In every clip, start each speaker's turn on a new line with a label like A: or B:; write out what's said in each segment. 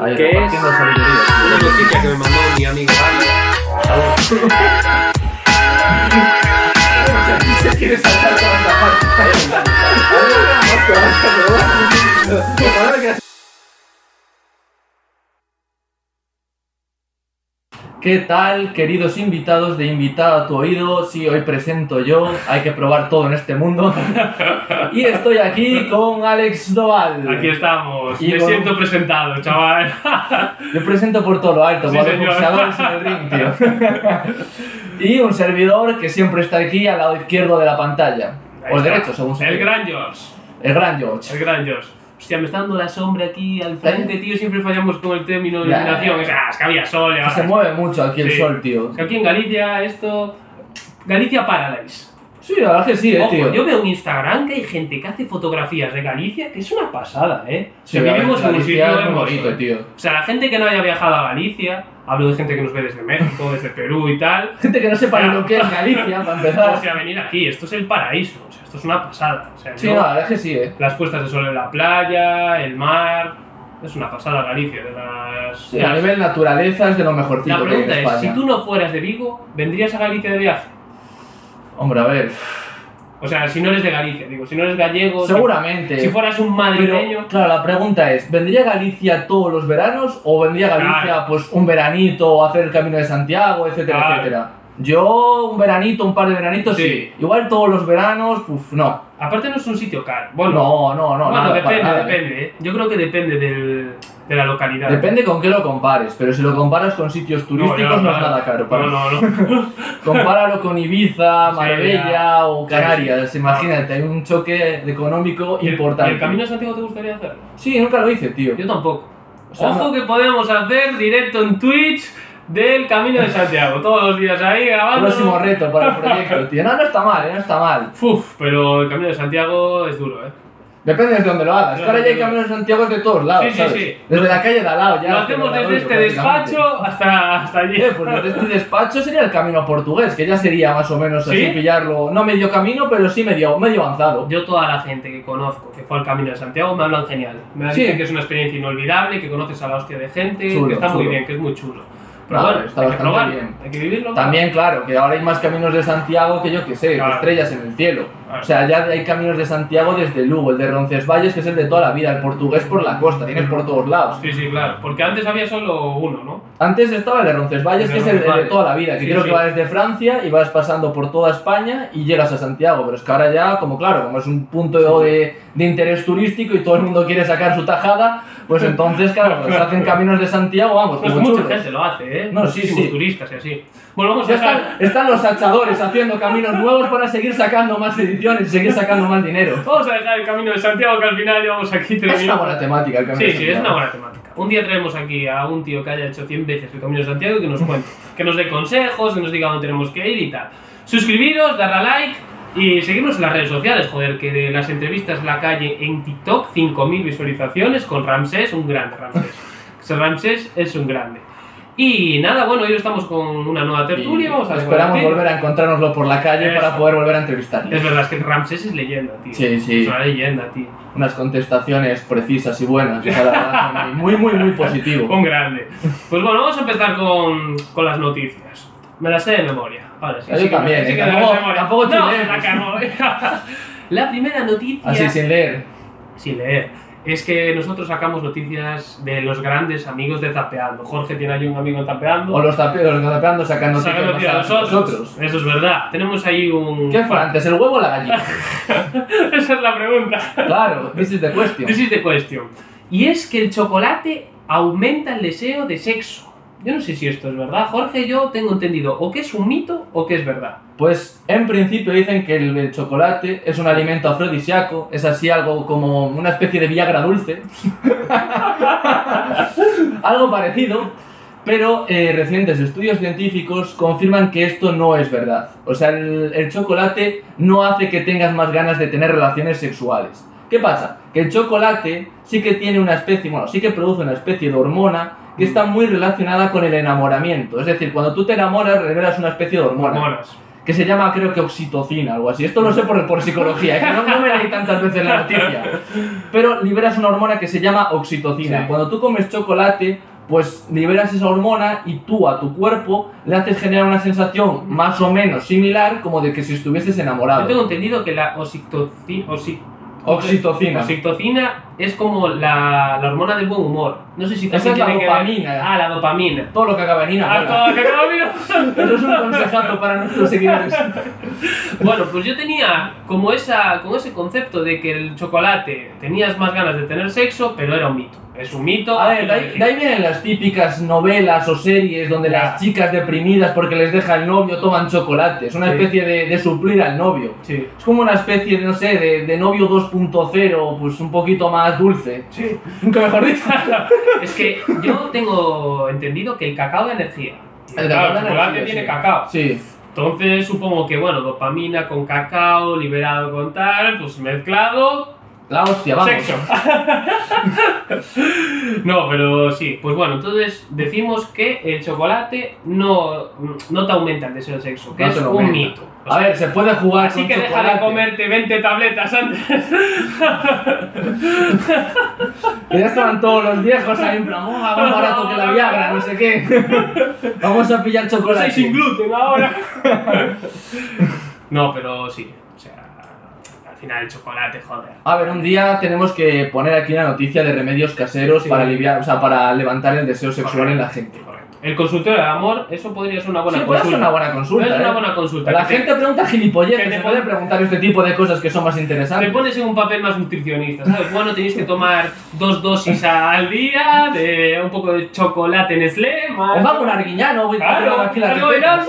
A: Ahí,
B: ¿Qué es?
A: repartiendo sabiduría.
C: Una cosita que me mandó mi amiga Ana.
A: Se quiere saltar con la parte. ¿Qué tal, queridos invitados de Invitado a tu Oído? Sí, hoy presento yo, hay que probar todo en este mundo. Y estoy aquí con Alex Doval.
B: Aquí estamos.
A: Y
B: Me
A: con-
B: siento presentado, chaval.
A: Yo presento por todo lo alto,
B: Sí,
A: por los
B: señor.
A: boxeadores en el ring, tío. y un servidor que siempre está aquí al lado izquierdo de la pantalla.
B: Ahí
A: O el
B: está.
A: derecho, según se
B: El
A: diga.
B: gran George.
A: El gran George.
B: El gran George. Hostia, me está dando la sombra aquí al frente, tío. Siempre fallamos con el término de
A: ¿Eh? Ya.
B: iluminación. Es, ah, es que había sol.
A: Que
B: ahora-
A: se mueve mucho aquí el
B: Sí.
A: sol, tío.
B: Es que aquí en Galicia, esto. Galicia Paradise.
A: Sí, la verdad que sí, eh,
B: Ojo,
A: tío.
B: yo veo en Instagram que hay gente que hace fotografías de Galicia, que es una pasada, ¿eh?
A: Sí,
B: O sea,
A: la
B: vivimos en un
A: Galicia
B: sitio
A: es muy
B: hermoso,
A: bonito,
B: ¿eh?
A: tío.
B: O sea, la gente que no haya viajado a Galicia, hablo de gente que nos ve desde México, desde Perú y tal,
A: Gente que no sepa
B: Ya.
A: lo que es Galicia, para
B: o
A: empezar.
B: sea, venir aquí, esto es el paraíso, o sea, esto es una pasada. O sea,
A: Sí,
B: yo-
A: no, la verdad que sí, eh.
B: las puestas de sol en la playa, el mar, es una pasada Galicia, de las...
A: Sí,
B: de
A: a
B: las-
A: nivel naturaleza es de lo mejorcito
B: la
A: que hay en
B: pregunta es,
A: España.
B: si tú no fueras de Vigo, ¿vendrías a Galicia de viaje?
A: Hombre, a ver.
B: O sea, si no eres de Galicia, digo, si no eres gallego... si-
A: Seguramente.
B: Si, fueras
A: Pero,
B: un madrileño...
A: claro, la pregunta es, ¿vendría Galicia todos los veranos o vendría Galicia
B: Claro.
A: pues un veranito o hacer el Camino de Santiago, etcétera,
B: Claro.
A: etcétera? Yo un veranito, un par de veranitos, sí.
B: Sí.
A: Igual todos los veranos, uff, no.
B: Aparte no es un sitio caro. Bueno,
A: No, no, no,
B: bueno,
A: nada, para
B: depende,
A: nada.
B: depende. ¿eh? Yo creo que depende del, de la localidad.
A: Depende con qué lo compares, pero si lo comparas con sitios turísticos no,
B: ya,
A: es
B: claro.
A: nada caro. para
B: No,
A: mí.
B: no, no.
A: Compáralo con Ibiza,
B: Sí,
A: Marbella
B: ya.
A: o
B: Sí, sí.
A: Canarias, imagínate, hay un choque económico
B: ¿Y el-
A: importante.
B: ¿Y el Camino de Santiago te gustaría hacerlo?
A: Sí, nunca lo hice, tío.
B: Yo tampoco.
A: O sea,
B: Ojo
A: no-
B: que podemos hacer directo en Twitch del Camino de Santiago. Todos los días ahí grabando.
A: Próximo reto para el proyecto, tío. No, no está mal, eh, no está mal.
B: Uf, pero el Camino de Santiago es duro, ¿eh.
A: Depende desde donde lo hagas. Es que Ahora ya hay caminos de Santiago de todos lados,
B: Sí, sí,
A: ¿sabes?
B: sí.
A: Desde la calle de al lado ya.
B: Lo hacemos
A: pero
B: desde
A: la
B: este
A: doy yo prácticamente.
B: despacho hasta, hasta allí.
A: Eh, pues desde este despacho sería el camino portugués, que ya sería más o menos así
B: ¿Sí?
A: pillarlo, no medio camino, pero sí medio, medio avanzado.
B: Yo toda la gente que conozco que fue al Camino de Santiago me hablan genial. Me
A: Sí.
B: dicen que es una experiencia inolvidable, que conoces a la hostia de gente,
A: Chulo,
B: que está muy
A: chulo.
B: bien, que es muy chulo. Pero
A: No,
B: bueno,
A: está
B: hay que
A: bastante
B: probarlo,
A: bien.
B: hay que vivirlo.
A: También, claro, que ahora hay más caminos de Santiago que yo que sé,
B: Claro.
A: estrellas en el cielo.
B: Claro.
A: O sea, ya hay caminos de Santiago desde Lugo, el de Roncesvalles, que es el de toda la vida, el portugués por la costa, tienes por todos lados.
B: Sí, sí, claro. Porque antes había solo uno, ¿no?
A: Antes estaba el de Roncesvalles,
B: El
A: que
B: de
A: es el, el de
B: Roncesvalles.
A: toda la vida, que
B: Sí,
A: creo
B: sí.
A: que va desde Francia y vas pasando por toda España y llegas a Santiago. Pero es que ahora ya, como claro, como es un punto de, de interés turístico y todo el mundo quiere sacar su tajada, pues entonces, claro, pues hacen caminos de Santiago, vamos,
B: No es
A: como
B: Pues mucha
A: churros.
B: gente lo hace, ¿eh?
A: No, sí,
B: Muchísimos
A: sí.
B: turistas y así. Bueno, vamos a
A: Ya
B: dejar-
A: están, están los hachadores haciendo caminos nuevos para seguir sacando más ediciones y seguir sacando más dinero.
B: Vamos a dejar el camino de Santiago que al final llevamos aquí tres
A: Es una buena
B: minutos.
A: temática el camino
B: Sí,
A: de
B: sí, es
A: Santiago.
B: una buena temática. Un día traemos aquí a un tío que haya hecho 100 veces el camino de Santiago y que nos cuente, que nos dé consejos, que nos diga dónde tenemos que ir y tal. Suscribiros, darle a like y seguirnos en las redes sociales, joder, que de las entrevistas en la calle en TikTok, 5.000 visualizaciones con Ramsés, un grande Ramsés. Ramsés es un grande. Y nada, bueno, hoy estamos con una nueva tertulia,
A: Y
B: vamos a
A: Esperamos
B: debatir.
A: volver a encontrárnoslo por la calle
B: Eso.
A: para poder volver a entrevistarle.
B: Es verdad, es que Ramsés es leyenda, tío.
A: Sí, sí.
B: Es una leyenda, tío.
A: unas contestaciones precisas y buenas. o sea, la verdad, muy, muy, muy positivo.
B: Un grande. Pues bueno, vamos a empezar con, con las noticias. Me las sé de memoria. Ahora sí.
A: Yo
B: sí que me-
A: también,
B: sí
A: ¿eh?
B: que me las
A: Tampoco-
B: sé de memoria.
A: tampoco
B: No,
A: chulemos.
B: la cago. La primera noticia,
A: Así sin leer.
B: sin leer, es que nosotros sacamos noticias de los grandes amigos de Zapeando. Jorge tiene ahí un amigo en Zapeando.
A: O los tapeando, los tapeando sacan
B: Saca
A: noticias
B: noticias
A: más
B: de
A: a nosotros.
B: Eso es verdad. Tenemos ahí un...
A: ¿Qué fue antes, el huevo o la gallina?
B: Esa es la pregunta.
A: Claro, this is the question.
B: This is the question. Y es que el chocolate aumenta el deseo de sexo. Yo no sé si esto es verdad, Jorge, yo tengo entendido o que es un mito o que es verdad.
A: Pues en principio dicen que el, el chocolate es un alimento afrodisíaco, es así algo como una especie de Viagra dulce, algo parecido, pero eh, recientes estudios científicos confirman que esto no es verdad. O sea, el, el chocolate no hace que tengas más ganas de tener relaciones sexuales. ¿Qué pasa? Que el chocolate sí que tiene una especie, bueno, sí que produce una especie de hormona que está muy relacionada con el enamoramiento. Es decir, cuando tú te enamoras, revelas una especie de hormona.
B: Hormonas.
A: que se llama creo que oxitocina, algo así. Esto lo sé por, por psicología, ¿eh? que no, no me leí tantas veces la noticia. Pero liberas una hormona que se llama oxitocina.
B: Sí.
A: Cuando tú comes chocolate, pues liberas esa hormona y tú a tu cuerpo le haces generar una sensación más o menos similar como de que si estuvieses
B: Yo
A: enamorado.
B: tengo entendido que la oxitocina,
A: Oxitocina.
B: oxitocina es como la, la hormona del buen humor. No sé si
A: Esa
B: también
A: es la
B: tiene que ver-
A: dopamina.
B: Ah, la dopamina.
A: Todo lo que acaba en ina,
B: Ah,
A: venga.
B: todo, que acabo de-
A: Eso es un consejazo para nuestros seguidores.
B: Bueno, pues yo tenía como esa, como ese concepto de que el chocolate tenías más ganas de tener sexo, pero era un mito. Es un mito.
A: A ver, de ahí, de ahí vienen las típicas novelas o series donde
B: Ya.
A: las chicas deprimidas porque les deja el novio toman chocolate. Es una
B: Sí.
A: especie de, de suplir al novio.
B: Sí.
A: Es como una especie, de, no sé, de, de novio 2.0, pues un poquito más dulce.
B: Sí.
A: Nunca mejor dicho.
B: Es que yo tengo entendido que el cacao da energía.
A: El
B: claro,
A: cacao da
B: el chocolate
A: energía,
B: tiene
A: sí.
B: cacao.
A: Sí.
B: Entonces supongo que, bueno, dopamina con cacao, liberado con tal, pues mezclado,
A: La hostia, vamos.
B: sexo. no, pero sí, pues bueno, entonces decimos que el chocolate no, no te aumenta el deseo de sexo, que
A: No
B: es
A: te lo
B: un
A: aumenta.
B: mito. O
A: A
B: sea,
A: ver, se puede jugar
B: Así
A: con
B: que deja
A: chocolate.
B: de comerte 20 tabletas antes.
A: Que ya estaban todos los viejos ahí en plan, "Oh, más barato que la Viagra, no sé qué. vamos a pillar
B: No
A: chocolate.
B: soy sin gluten ahora. no, pero sí. O sea, al final el chocolate, joder.
A: A ver, un día tenemos que poner aquí una noticia de remedios caseros
B: Sí. Ah,
A: para aliviar, o sea, para levantar el deseo sexual en la gente.
B: Correcto. El consultorio del amor, eso podría ser una buena
A: Sí, puede
B: consulta.
A: ser una buena consulta.
B: es una
A: ¿eh?
B: buena consulta.
A: La
B: que te-
A: gente pregunta gilipolleces,
B: que te
A: se
B: pon-
A: puede preguntar este tipo de cosas que son más
B: Te
A: interesantes.
B: pones en un papel más nutricionista, ¿sabes? Bueno, tenéis que tomar dos dosis al día, de un poco de chocolate en Nestlé, más...
A: O va a un arguiñano, voy
B: Claro,
A: a aquí la
B: algo
A: tetera.
B: verás.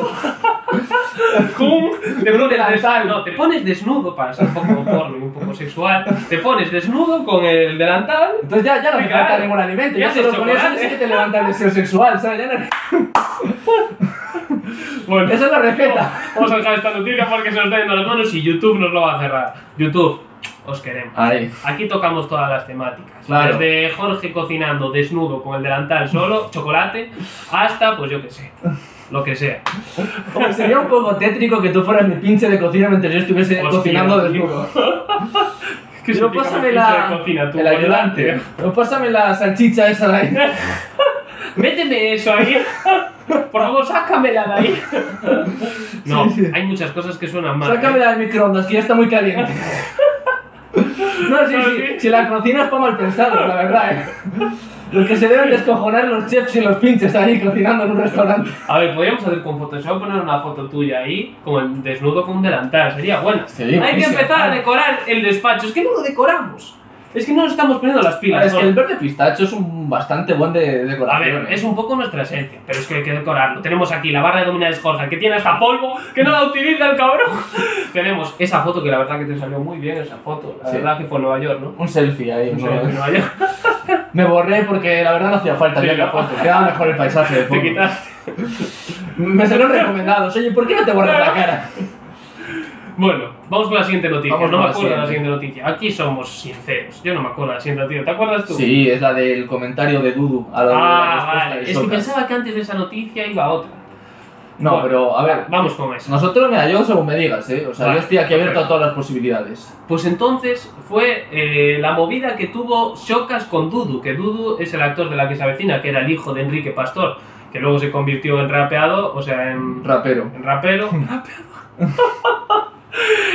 B: Cum, te pones delantal. No, te pones desnudo para ser un poco porno y un poco sexual. Te pones desnudo con el delantal.
A: Entonces ya, ya no te
B: Venga,
A: falta ningún alimento,
B: ya
A: ya
B: haces
A: solo con eso
B: chocolate.
A: sí que te levanta el deseo sexual, ¿sabes? Ya no-
B: Bueno,
A: Esa es la receta.
B: vamos a dejar esta noticia porque se nos está yendo las manos y YouTube nos lo va a cerrar. YouTube, os queremos.
A: Ahí.
B: Aquí tocamos todas las temáticas.
A: Claro.
B: Desde Jorge cocinando desnudo con el delantal solo, chocolate, hasta, pues yo qué sé, lo que sea.
A: Hombre, sería un poco tétrico que tú fueras mi pinche de cocina mientras yo estuviese
B: Hostia,
A: cocinando
B: tío.
A: desnudo.
B: Que
A: Pero
B: se pica
A: pásame
B: con
A: la,
B: pinche de cocina, tú,
A: el ayudante.
B: ayudante.
A: Pero pásame la salchicha esa de ahí.
B: Méteme eso ahí. Por favor, sácamela de ahí. No,
A: Sí, sí.
B: hay muchas cosas que suenan mal.
A: Sácame
B: ¿eh?
A: la del microondas, que ya está muy caliente. No, sí,
B: No, sí.
A: sí. Si la cocinas para mal pensado, la verdad, eh. Los que se deben descojonar los chefs y los pinches ahí cocinando en un restaurante.
B: A ver, podríamos hacer con Photoshop poner una foto tuya ahí, como el desnudo con un delantal. Sería buena.
A: Sí,
B: hay que
A: buenísimo. Ah.
B: empezar a decorar el despacho. Es que no lo decoramos. Es que no nos estamos poniendo las pilas.
A: Ah, Es
B: ¿no?
A: que el verde pistacho es un bastante buen de
B: A
A: decoración. ¿eh?
B: ver, es un poco nuestra esencia, pero es que hay que decorarlo. Tenemos aquí la barra de dominadores Jorge, que tiene hasta polvo, que no la utiliza el cabrón. Tenemos esa foto, que la verdad que te salió muy bien esa foto. La
A: Sí.
B: verdad que fue en Nueva York, ¿no?
A: Un selfie ahí.
B: Sí,
A: ¿no?
B: en Nueva York.
A: Me borré porque la verdad no hacía falta
B: Sí,
A: ya la
B: ¿no?
A: foto. Quedaba mejor el paisaje de
B: Te
A: fondo.
B: quitas.
A: Me salieron recomendados. Oye, ¿por qué no te borras la cara?
B: Bueno, vamos con la siguiente noticia.
A: Vamos
B: no
A: con
B: me
A: la
B: acuerdo de la
A: siguiente.
B: siguiente noticia. Aquí somos sinceros. Yo no me acuerdo de la siguiente noticia. ¿Te acuerdas tú?
A: Sí, es la del comentario de Dudu a la de la
B: Ah,
A: respuesta
B: vale.
A: de
B: Es que
A: Socas.
B: pensaba que antes de esa noticia iba otra.
A: No,
B: Bueno,
A: pero a ver,
B: Vamos con eso.
A: nosotros, mira, yo según me digas, ¿eh? O sea,
B: Vale,
A: yo estoy aquí abierto
B: perfecto.
A: a todas las posibilidades.
B: Pues entonces fue eh, la movida que tuvo Shocas con Dudu, que Dudu es el actor de la que se avecina, que era el hijo de Enrique Pastor, que luego se convirtió en rapeado, o sea, en,
A: Rapero.
B: en rapero.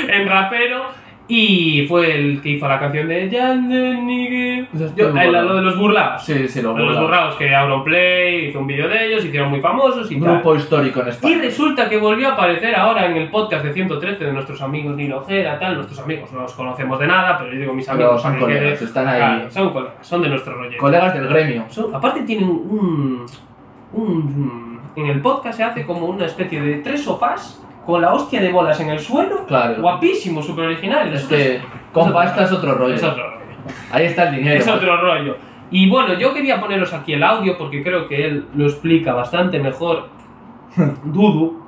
B: en rapero. Y fue el que hizo la canción de Jan de Nigel.
A: Ya estoy
B: Yo- el-
A: burlado.
B: Lo de los burlados.
A: Sí, sí, lo
B: Lo de los
A: borra.
B: burlados que Auronplay hizo un vídeo de ellos, se hicieron muy famosos y tal.
A: Grupo histórico en
B: Y
A: España.
B: resulta que volvió a aparecer ahora en el podcast de 113 de nuestros amigos Nilo Ojeda, tal, nuestros amigos, no los conocemos de nada, pero yo digo mis
A: Pero
B: amigos
A: son
B: para que
A: colegas,
B: quede-
A: están ahí.
B: Claro, son colegas, son de nuestro rollo.
A: Colegas del gremio.
B: Son- aparte tienen un, un- En el podcast se hace como una especie de tres sofás con la hostia de bolas en el suelo,
A: Claro.
B: guapísimo, súper original.
A: Es que con pasta es otro
B: Es
A: rollo.
B: otro rollo.
A: Ahí está el dinero.
B: Es otro rollo. Y bueno, yo quería poneros aquí el audio porque creo que él lo explica bastante mejor, Dudu,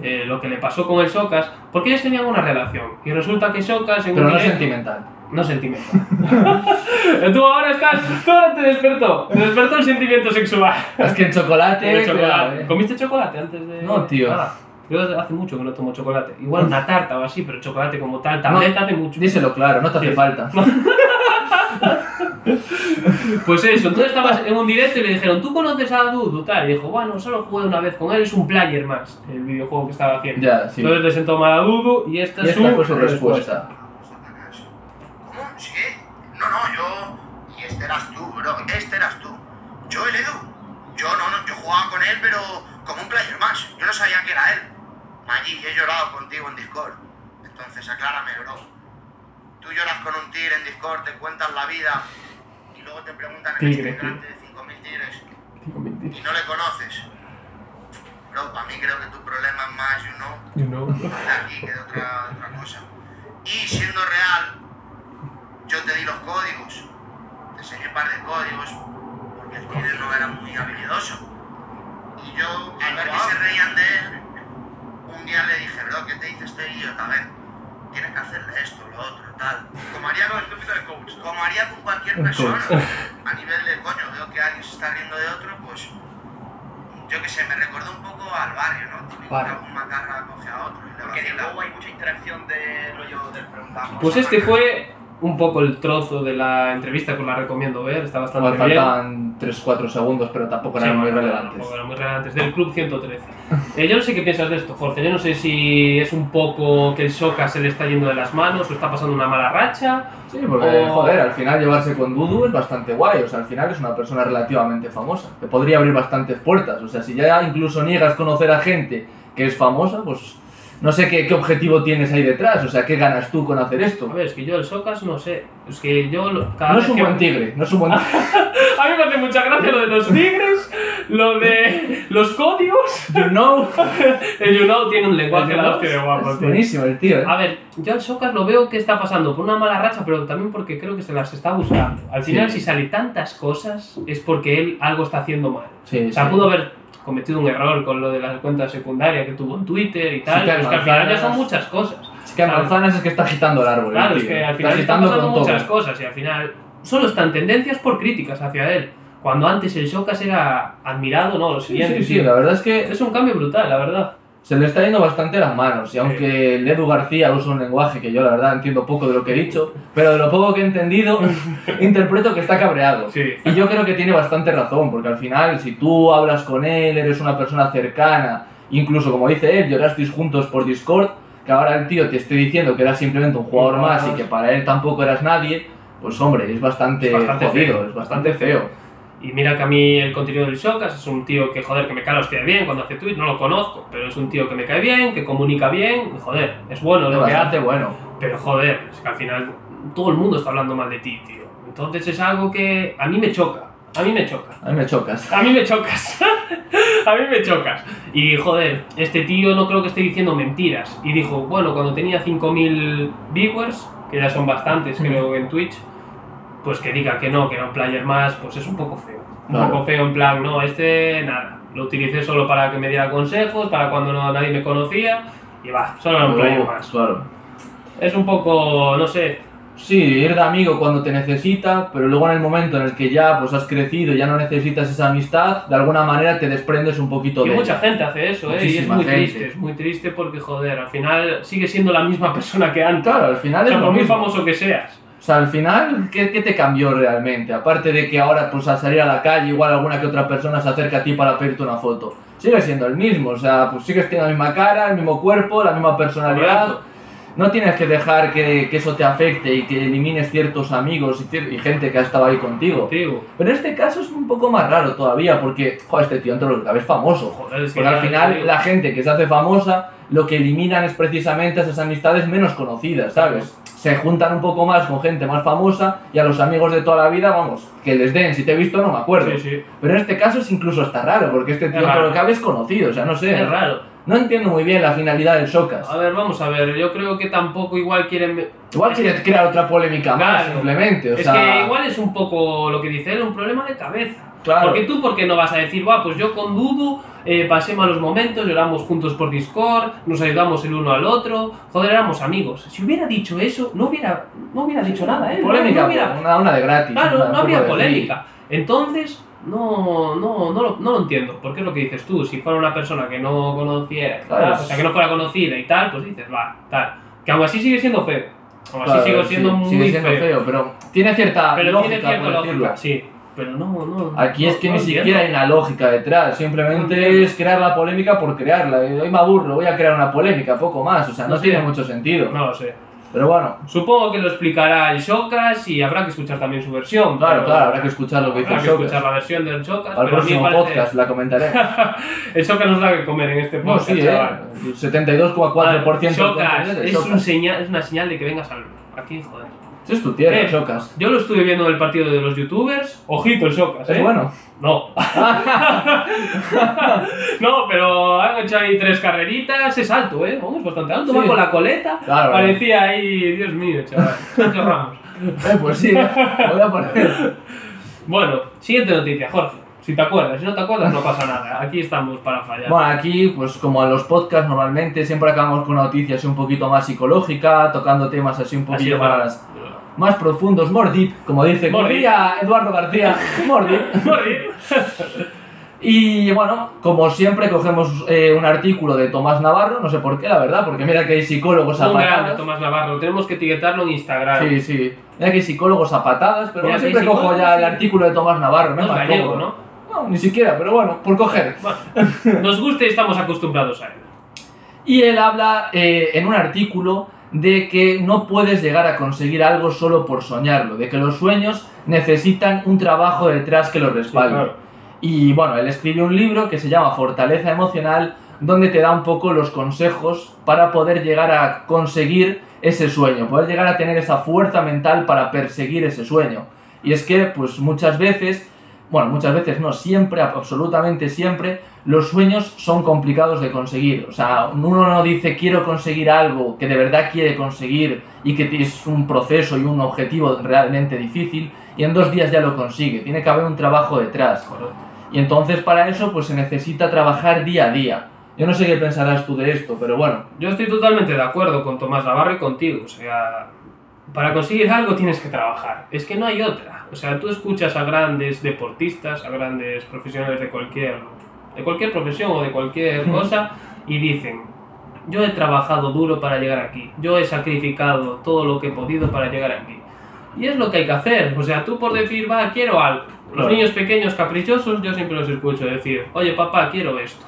B: eh, lo que le pasó con el Socas, porque ellos tenían una relación. Y resulta que Socas en
A: Pero
B: un
A: no
B: directo-
A: sentimental.
B: no sentimental. tú ahora estás, tú ahora te despertó, te despertó el sentimiento sexual.
A: Es que el chocolate.
B: El chocolate.
A: cuidado, eh.
B: ¿Comiste chocolate antes de...?
A: No, tío.
B: Ah, Yo hace mucho que no tomo chocolate. Igual una tarta o así, pero chocolate como tal, tableta hace mucho.
A: Díselo claro, no te hace
B: Sí.
A: falta.
B: Pues eso, entonces estabas en un directo y le dijeron, ¿tú conoces a Dudu? Tal, y dijo, bueno, solo jugué una vez con él, es un player más, el videojuego que estaba haciendo.
A: Ya, sí.
B: Entonces le sentó mal a Dudu y esta,
A: Y
B: es
A: esta fue su respuesta.
D: ¿Cómo? ¿Sí? No, no, yo. Y este eras tú, bro. Este eras tú. Yo, el Edu. Yo no, no, yo jugaba con él, pero como un player más. Yo no sabía que era él. Maggi, he llorado contigo en Discord. Entonces aclárame, bro. Tú lloras con un tigre en Discord, te cuentas la vida y luego te preguntan en
B: Tigre,
D: este delante de 5.000 tigres
B: respuesta.
D: y no le conoces. Bro, para mí creo que tu problema es más, you know,
B: You know.
D: de aquí que de otra, de otra cosa. Y siendo real, yo te di los códigos. Te enseñé un par de códigos, porque el tigre no era muy habilidoso. Y yo, al ver que se reían de él, un día le dije, bro, ¿qué te dice este idiota? Ven, tienes que hacerle esto, lo otro, tal. Como haría con este coach. Como haría con cualquier persona. A nivel de, coño, veo que alguien se está riendo de otro, pues... Yo qué sé, me recordó un poco al barrio, ¿no? Típico que
B: Barrio.
D: algún macarra coge a otro y le
E: Porque en el
D: vacila.
E: juego hay mucha interacción de rollo del preguntamos.
B: Pues este fue un poco el trozo de la entrevista que os la recomiendo ver, está
A: Igual
B: bastante bien.
A: faltan 3-4 segundos, pero tampoco
B: Sí,
A: eran muy
B: bueno,
A: relevantes.
B: tampoco eran muy relevantes. Del Club 113. Eh, yo no sé qué piensas de esto, Jorge. Yo no sé si es un poco que el Soca se le está yendo de las manos o está pasando una mala racha.
A: Sí, porque,
B: O-
A: joder, al final llevarse con Dudu es bastante guay. O sea, al final es una persona relativamente famosa. Te podría abrir bastantes puertas. O sea, si ya incluso niegas conocer a gente que es famosa, pues no sé qué, qué objetivo tienes ahí detrás. O sea, ¿qué ganas tú con hacer
B: A
A: esto?
B: ver, es que yo el Socas no sé. Ah, Es que yo lo- cada
A: No
B: vez
A: es un
B: que- Ah.
A: buen tigre, no es un buen tigre.
B: A mí me hace mucha gracia lo de los tigres, lo de los códigos.
A: You know.
B: El Yunao tiene un lenguaje la hostia de guapo, Ah,
A: Es
B: tío.
A: buenísimo el tío, ¿eh?
B: A ver, yo al Socas lo veo que está pasando por una mala racha, pero también porque creo que se las está buscando. Al final,
A: Sí.
B: si sale tantas cosas, es porque él algo está haciendo mal.
A: Sí,
B: O sea,
A: sí.
B: pudo haber cometido un error con lo de la cuenta secundaria que tuvo en Twitter y
A: Sí,
B: tal, pero
A: claro,
B: es que al final ya
A: manzanas.
B: son muchas cosas.
A: Es que a
B: claro.
A: Manzanas es que está agitando el árbol. el
B: Claro, es
A: tío.
B: que al final están
A: agitando
B: pasando
A: con todo.
B: muchas cosas y al final solo están tendencias por críticas hacia él. Cuando antes el Shokas era admirado, no, lo
A: Sí,
B: siguiente.
A: sí, sí,
B: tío.
A: la verdad es que
B: Es un cambio brutal, la verdad.
A: se le está yendo bastante las manos. Y aunque el Edu García usa un lenguaje que yo la verdad entiendo poco de lo que he dicho, pero de lo poco que he entendido, interpreto que está cabreado.
B: Sí.
A: Y yo creo que tiene bastante razón, porque al final, si tú hablas con él, eres una persona cercana, incluso como dice él, llorasteis juntos por Discord, que ahora el tío te esté diciendo que eras simplemente un jugador
B: Un jugador
A: más y
B: más.
A: que para él tampoco eras nadie, pues hombre, es bastante,
B: Es bastante
A: jodido,
B: feo.
A: es bastante feo.
B: Y mira que a mí el contenido del Shokas es un tío que, joder, que me cae la hostia bien cuando hace tweet, no lo conozco, pero es un tío que me cae bien, que comunica bien, y joder, es bueno
A: Es
B: lo que hace.
A: bastante bueno.
B: Pero joder, es que al final todo el mundo está hablando mal de ti, tío. Entonces es algo que a mí me choca. A mí me choca.
A: A mí me chocas.
B: A mí me chocas. a mí me chocas. Y joder, este tío no creo que esté diciendo mentiras. Y dijo, bueno, cuando tenía 5.000 viewers, que ya son bastantes creo en Twitch, pues que diga que no, que era un player más, pues es un poco feo. Un
A: Claro.
B: poco feo en plan, no, este nada. Lo utilicé solo para que me diera consejos, para cuando no, nadie me conocía. Y va, solo era un
A: Oh.
B: player más.
A: Claro.
B: Es un poco, no sé,
A: Sí, ir de amigo cuando te necesita, pero luego en el momento en el que ya pues has crecido, ya no necesitas esa amistad, de alguna manera te desprendes un poquito
B: Y
A: de
B: mucha
A: ella.
B: gente hace eso, ¿eh? Y es
A: Muchísima
B: muy
A: gente.
B: triste, es muy triste porque, joder, al final sigue siendo la misma persona que antes.
A: Claro, al final
B: O
A: es
B: sea,
A: lo
B: por muy
A: mismo.
B: famoso que seas.
A: O sea, al final, ¿qué, qué te cambió realmente? Aparte de que ahora, pues al salir a la calle, igual alguna que otra persona se acerca a ti para pedirte una foto. Sigues siendo el mismo, o sea, pues sigues teniendo la misma cara, el mismo cuerpo, la misma personalidad.
B: Correcto.
A: No tienes que dejar que, que eso te afecte y que elimines ciertos amigos y, cier- y gente que ha estado ahí contigo.
B: Contigo.
A: Pero en este caso es un poco más raro todavía, porque, joder, este tío entre lo que es famoso. joder.
B: Joder, es que
A: Porque al
B: ya-
A: final
B: digo,
A: la gente que se hace famosa, lo que eliminan es precisamente a esas amistades menos conocidas, ¿sabes? Se juntan un poco más con gente más famosa y a los amigos de toda la vida, vamos, que les den, si te he visto no me acuerdo.
B: Sí, sí.
A: Pero en este caso es incluso hasta raro, porque este tío
B: Es
A: entre
B: raro.
A: lo que habla es conocido, o sea, no sé.
B: Es raro. Ah,
A: No entiendo muy bien la finalidad del Socas.
B: A ver, vamos a ver, yo creo que tampoco igual quieren...
A: Igual quiere crear otra polémica más,
B: Claro.
A: simplemente, o
B: es
A: sea...
B: que igual es un poco lo que dice él, un problema de cabeza.
A: Claro.
B: Porque tú, ¿por qué no vas a decir, va, pues yo con Dudu eh, pasé malos momentos, lloramos juntos por Discord, nos ayudamos el uno al otro, joder, éramos amigos. Si hubiera dicho eso, no hubiera, no hubiera dicho nada, ¿eh? No-
A: Polémica,
B: no hubiera-
A: una, una de gratis.
B: Claro,
A: una-
B: Ah, no
A: un
B: habría
A: poco de free.
B: polémica. Entonces, no, no, no, lo, no lo entiendo, porque es lo que dices tú, si fuera una persona que no conociera,
A: Claro,
B: tal, o
A: es-
B: sea, que no fuera conocida y tal, pues dices, va, tal. Que aún así sigue siendo feo, aún así
A: Claro,
B: sigo
A: sí,
B: siendo muy
A: sigue siendo
B: feo,
A: feo, pero tiene cierta
B: pero
A: lógica,
B: tiene cierta
A: por decirlo.
B: lógica, sí, pero no, no.
A: Aquí
B: no-
A: es que
B: no
A: ni
B: entiendo.
A: siquiera hay una lógica detrás,
B: No
A: simplemente
B: entiendo.
A: es crear la polémica por crearla. Eh, Hoy me aburro, voy a crear una polémica, poco más, o sea, no,
B: No sé.
A: tiene mucho sentido.
B: No lo sé.
A: Pero bueno,
B: Supongo que lo explicará el Shocas y habrá que escuchar también su versión.
A: claro,
B: pero-
A: claro, habrá que escuchar lo que dice
B: Habrá
A: el
B: que escuchar
A: Socas.
B: la versión del Chocas,
A: Al
B: pero a mí me
A: próximo
B: parece...
A: podcast la comentaré.
B: El Chocas nos da que comer en este
A: No,
B: podcast,
A: sí, eh,
B: chaval.
A: 72,4% de
B: Chocas,
A: contenido de
B: es,
A: Socas.
B: un señal, es una señal de que vengas al... Aquí, joder.
A: Eso es tu tierra,
B: Eh,
A: Socas.
B: Yo lo estuve viendo en el partido de los youtubers. Ojito el Chocas,
A: Es
B: ¿eh?
A: bueno.
B: No. no, pero han hecho ahí tres carreritas. Es alto, ¿eh? Vamos, bastante alto.
A: Sí.
B: Va con la coleta.
A: Claro.
B: Parecía ahí... Dios mío, chaval. Sergio Ramos.
A: Eh, pues sí, eh, lo voy a poner.
B: Bueno, siguiente noticia, Jorge. Si te acuerdas, si no te acuerdas, no pasa nada. Aquí estamos para fallar.
A: Bueno, aquí, pues como en los podcasts normalmente, siempre acabamos con noticias un poquito más psicológica, tocando temas así un
B: Así
A: poquillo
B: es,
A: más, más profundos, more deep, como dice
B: More
A: como diría Eduardo García, more deep.
B: Jorge.
A: Y bueno, como siempre, cogemos eh, un artículo de Tomás Navarro, no sé por qué, la verdad, porque mira que hay psicólogos a
B: Un grande
A: patadas.
B: Tomás Navarro, tenemos que etiquetarlo en Instagram.
A: Sí, sí, mira que hay psicólogos a patadas, pero
B: Mira
A: yo
B: que hay
A: siempre cojo
B: psicólogos,
A: ya el
B: sí.
A: artículo de Tomás Navarro,
B: no
A: me
B: es
A: más
B: gallego,
A: cómodo.
B: ¿no?
A: No, ni siquiera, pero bueno, por coger.
B: Bueno, nos gusta y estamos acostumbrados a él.
A: Y él habla eh, en un artículo de que no puedes llegar a conseguir algo solo por soñarlo, de que los sueños necesitan un trabajo detrás que los respalde. Y bueno, él escribe un libro que se llama Fortaleza Emocional, donde te da un poco los consejos para poder llegar a conseguir ese sueño, poder llegar a tener esa fuerza mental para perseguir ese sueño. Y es que, pues muchas veces, bueno, muchas veces no, siempre, absolutamente siempre, los sueños son complicados de conseguir. O sea, uno no dice quiero conseguir algo que de verdad quiere conseguir y que es un proceso y un objetivo realmente difícil y en dos días ya lo consigue. Tiene que haber un trabajo detrás. Y entonces para eso pues se necesita trabajar día a día. Yo no sé qué pensarás tú de esto, pero bueno.
B: Yo estoy totalmente de acuerdo con Tomás Navarro y contigo. O sea, para conseguir algo tienes que trabajar. Es que no hay otra. O sea, tú escuchas a grandes deportistas, a grandes profesionales de cualquier, de cualquier profesión o de cualquier
A: Mm.
B: cosa y dicen, yo he trabajado duro para llegar aquí. Yo he sacrificado todo lo que he podido para llegar aquí. Y es lo que hay que hacer. O sea, tú por decir, va, quiero algo. Los
A: Claro.
B: niños pequeños caprichosos, yo siempre los escucho decir, oye papá, quiero esto.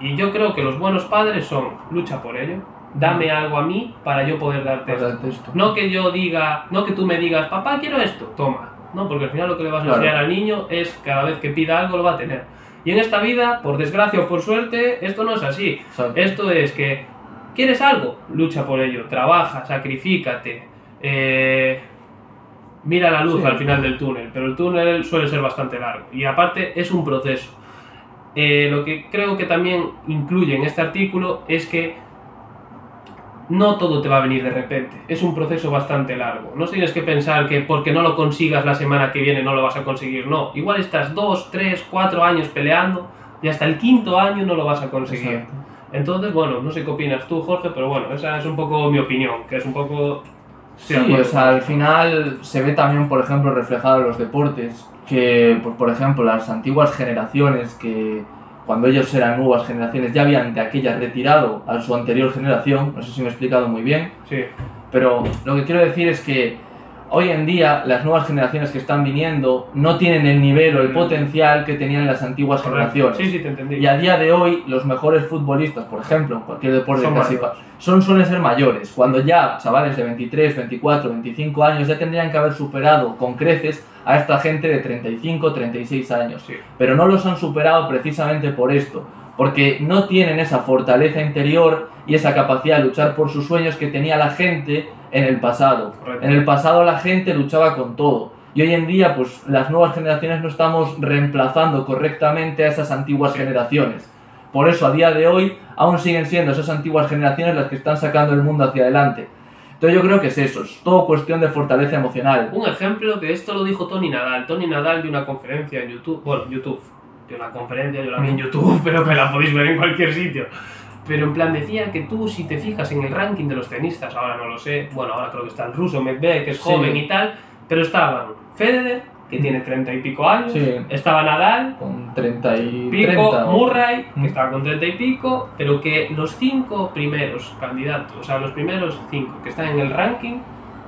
B: Y yo creo que los buenos padres son, lucha por ello, dame algo a mí para yo poder darte esto.
A: bastante esto.
B: No que yo diga, no que tú me digas, papá, quiero esto, toma. No, porque al final lo que le vas a
A: Claro.
B: enseñar al niño es cada vez que pida algo lo va a tener. Y en esta vida, por desgracia o por suerte, esto no es así.
A: O sea,
B: Esto es que quieres algo, lucha por ello, trabaja, sacrifícate, eh, mira la luz
A: Sí.
B: al final del túnel, pero el túnel suele ser bastante largo y aparte es un proceso. Eh, lo que creo que también incluye en este artículo es que no todo te va a venir de repente, es un proceso bastante largo. No tienes que pensar que porque no lo consigas la semana que viene no lo vas a conseguir, no. Igual estás dos, tres, cuatro años peleando y hasta el quinto año no lo vas a conseguir.
A: exacto.
B: Entonces, bueno, no sé qué opinas tú, Jorge, pero bueno, esa es un poco mi opinión, que es un poco...
A: Sí,
B: de acuerdo.
A: o sea, pues al final se ve también, por ejemplo, reflejado en los deportes, que, pues, por ejemplo, las antiguas generaciones que cuando ellos eran nuevas generaciones ya habían de aquellas retirado a su anterior generación, no sé si me he explicado muy bien,
B: Sí,
A: Pero lo que quiero decir es que hoy en día las nuevas generaciones que están viniendo no tienen el nivel o el
B: Mm.
A: potencial que tenían las antiguas
B: correcto.
A: generaciones.
B: Sí, sí, te entendí.
A: Y a día de hoy los mejores futbolistas, por ejemplo, en cualquier deporte
B: Son
A: casi
B: mayores.
A: pa- son suelen ser mayores, cuando ya chavales de 23, 24, 25 años ya tendrían que haber superado con creces a esta gente de 35, 36 años
B: Sí.
A: pero no los han superado precisamente por esto, porque no tienen esa fortaleza interior y esa capacidad de luchar por sus sueños que tenía la gente en el pasado.
B: Correcto.
A: En el pasado la gente luchaba con todo. Y hoy en día, pues las nuevas generaciones no estamos reemplazando correctamente a esas antiguas generaciones. Por eso, a día de hoy, aún siguen siendo esas antiguas generaciones las que están sacando el mundo hacia adelante. Entonces, yo creo que es eso, es todo cuestión de fortaleza emocional.
B: Un ejemplo de esto lo dijo Tony Nadal. Tony Nadal de una conferencia en YouTube. Bueno, YouTube. De una conferencia, yo la vi en YouTube, pero que la podéis ver en cualquier sitio. Pero en plan decía que tú, si te fijas en el ranking de los tenistas, ahora no lo sé, bueno, ahora creo que está el ruso Medvedev, que es
A: Sí.
B: joven y tal, pero estaban Federer, que tiene treinta y pico años.
A: Sí.
B: Estaba Nadal,
A: Con 30 y
B: Pico,
A: 30. o-
B: Murray,
A: Mm.
B: que estaba con 30 y pico, pero que los cinco primeros candidatos, o sea, los primeros cinco que están en el ranking,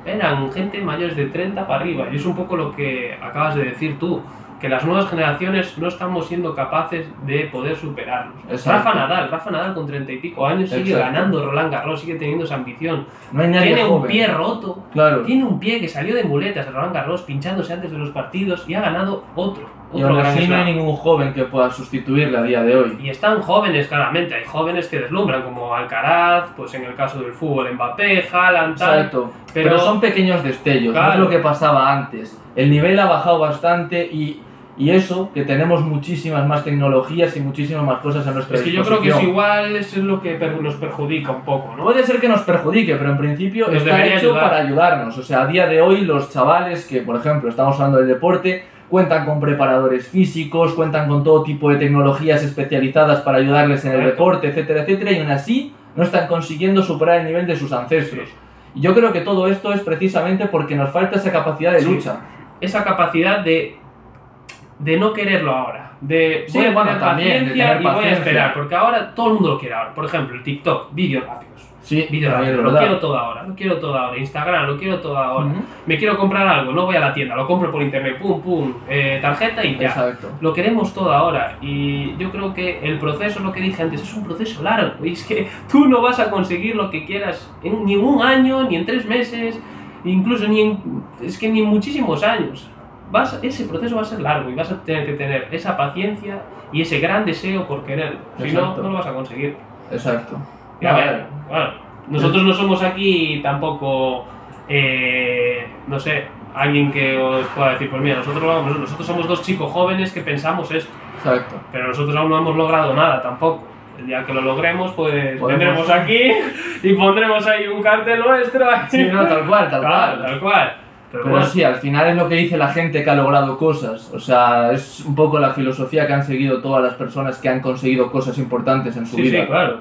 B: eran gente mayores de 30 para arriba. Y es un poco lo que acabas de decir tú, que las nuevas generaciones no estamos siendo capaces de poder superarnos.
A: Exacto.
B: Rafa Nadal, Rafa Nadal con 30 y pico años sigue
A: Exacto.
B: ganando Roland Garros, sigue teniendo esa ambición.
A: No hay nadie
B: Tiene un
A: joven.
B: pie roto.
A: Claro.
B: Tiene un pie que salió de muletas de Roland Garros pinchándose antes de los partidos y ha ganado otro.
A: Y
B: otro
A: aún
B: gran
A: así no
B: slam.
A: hay ningún joven que pueda sustituirle a día de hoy.
B: Y están jóvenes, claramente. Hay jóvenes que deslumbran, como Alcaraz, pues en el caso del fútbol, Mbappé, Haaland, tal.
A: Exacto. Pero,
B: Pero-
A: son pequeños destellos, no es
B: Claro.
A: lo que pasaba antes. El nivel ha bajado bastante y, y eso, que tenemos muchísimas más tecnologías y muchísimas más cosas a nuestra
B: Es que yo creo
A: disposición.
B: que es igual, eso es lo que per- nos perjudica un poco, ¿no?
A: Puede ser que nos perjudique, pero en principio
B: Nos
A: está
B: debería
A: hecho
B: ayudar.
A: para ayudarnos. O sea, a día de hoy los chavales que, por ejemplo, estamos hablando del deporte, cuentan con preparadores físicos, cuentan con todo tipo de tecnologías especializadas para ayudarles en el
B: Correcto.
A: deporte, etcétera, etcétera, y aún así no están consiguiendo superar el nivel de sus ancestros. Y yo creo que todo esto es precisamente porque nos falta esa capacidad de
B: Sí.
A: lucha.
B: Esa capacidad de, de no quererlo ahora. De
A: Sí,
B: voy a
A: bueno,
B: tener
A: también, de
B: paciencia
A: tener
B: y voy a
A: paciencia.
B: esperar. Porque ahora todo el mundo lo quiere ahora. Por ejemplo, el TikTok, vídeos rápidos.
A: Sí, también
B: Vídeos rápidos,
A: es
B: lo
A: verdad.
B: quiero todo ahora, lo quiero todo ahora. Instagram, lo quiero todo ahora.
A: Ujú,
B: Me quiero comprar algo, no voy a la tienda, lo compro por internet, pum, pum, eh, tarjeta y ya.
A: Exacto.
B: Lo queremos todo ahora y yo creo que el proceso, lo que dije antes, es un proceso largo y es que tú no vas a conseguir lo que quieras en ningún año, ni en tres meses, incluso ni en, es que ni en muchísimos años. Vas, ese proceso va a ser largo y vas a tener que tener esa paciencia y ese gran deseo por quererlo. Si no,
A: Exacto.
B: no lo vas a conseguir.
A: Exacto.
B: Y a
A: No,
B: ver, bueno, nosotros no somos aquí tampoco, eh, no sé, alguien que os pueda decir, pues mira, nosotros, vamos, nosotros somos dos chicos jóvenes que pensamos esto,
A: Exacto.
B: pero nosotros aún no hemos logrado nada tampoco. El día que lo logremos, pues
A: Podemos.
B: vendremos aquí y pondremos ahí un cartel nuestro. ahí.
A: Sí, no, tal cual, tal
B: Claro,
A: cual.
B: tal cual. Pero
A: Pero
B: bueno,
A: sí, al final es lo que dice la gente que ha logrado cosas. O sea, es un poco la filosofía que han seguido todas las personas que han conseguido cosas importantes en su
B: sí,
A: vida.
B: sí, claro.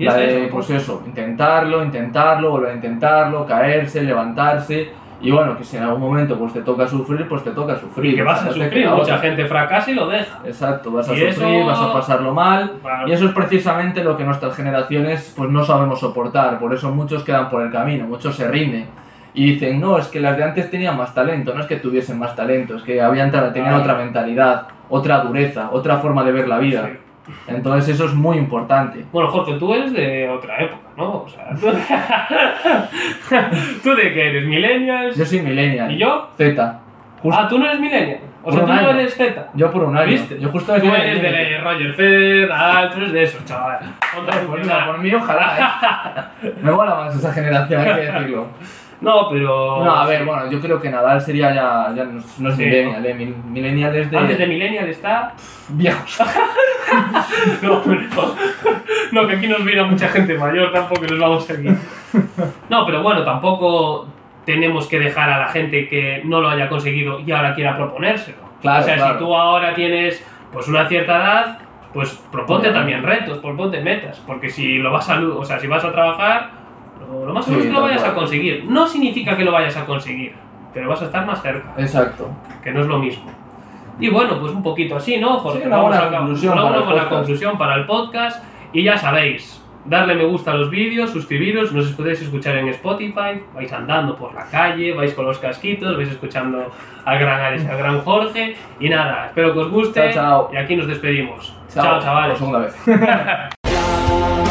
B: Y
A: La
B: es
A: de,
B: eso,
A: pues eso, intentarlo, intentarlo, volver a intentarlo, caerse, levantarse. Y bueno, que si en algún momento pues te toca sufrir, pues te toca sufrir.
B: que
A: O
B: vas
A: sea,
B: a
A: no te
B: sufrir,
A: queda
B: mucha
A: otra.
B: gente fracasa y lo deja.
A: Exacto, vas a
B: Y
A: sufrir,
B: eso-
A: vas a pasarlo mal.
B: Bueno,
A: Y eso es precisamente lo que nuestras generaciones pues no sabemos soportar, por eso muchos quedan por el camino, muchos se rinden y dicen, no, es que las de antes tenían más talento, no es que tuviesen más talento, es que habían tra- tenían
B: Ah.
A: otra mentalidad, otra dureza, otra forma de ver la vida.
B: sí.
A: Entonces eso es muy importante.
B: Bueno, Jorge, tú eres de otra época, ¿no? O sea, tú, ¿Tú de qué eres,
A: Yo
B: millennials.
A: soy millennial.
B: ¿Y yo?
A: Z. Justo-
B: Ah, tú no eres millennial. O
A: Por
B: sea,
A: un
B: tú no
A: año.
B: eres Z.
A: Yo por un año.
B: ¿Viste?
A: Yo justo
B: Tú
A: decía
B: eres
A: que-
B: de Roger Federer, ah, tú eres de esos, chaval. Otra
A: Por, mí,
B: cultura.
A: por mí, ojalá. ¿eh? Me mola más esa generación, hay que decirlo.
B: No, pero...
A: No, a ver, bueno, yo creo que Nadal sería ya, ya no es, no es
B: Sí,
A: millennial, eh, mil- millennial es de...
B: Antes de millennial está...
A: viejos.
B: No, no. No, que aquí nos mira mucha gente mayor, tampoco nos vamos a seguir. No, pero bueno, tampoco tenemos que dejar a la gente que no lo haya conseguido y ahora quiera proponérselo.
A: Claro,
B: o sea,
A: claro.
B: si tú ahora tienes pues una cierta edad, pues proponte
A: Bueno.
B: también retos, proponte metas, porque si lo vas a, lu- o sea, si vas a trabajar, lo, lo más
A: Sí,
B: seguro es que lo
A: tal
B: vayas a
A: cual.
B: conseguir. No significa que lo vayas a conseguir, pero vas a estar más cerca,
A: Exacto.
B: que no es lo mismo. Y bueno, pues un poquito así, ¿no? Jorge?
A: Sí, una buena
B: Vamos a acabar-
A: conclusión
B: una
A: para
B: buena
A: el podcast.
B: conclusión para el podcast. Y ya sabéis, darle me gusta a los vídeos, suscribiros, nos podéis escuchar en Spotify, vais andando por la calle, vais con los casquitos, vais escuchando al gran Ares, al gran Jorge. Y nada, espero que os guste.
A: Chao, chao.
B: Y aquí nos despedimos. Chao, chavales.
A: Por segunda vez.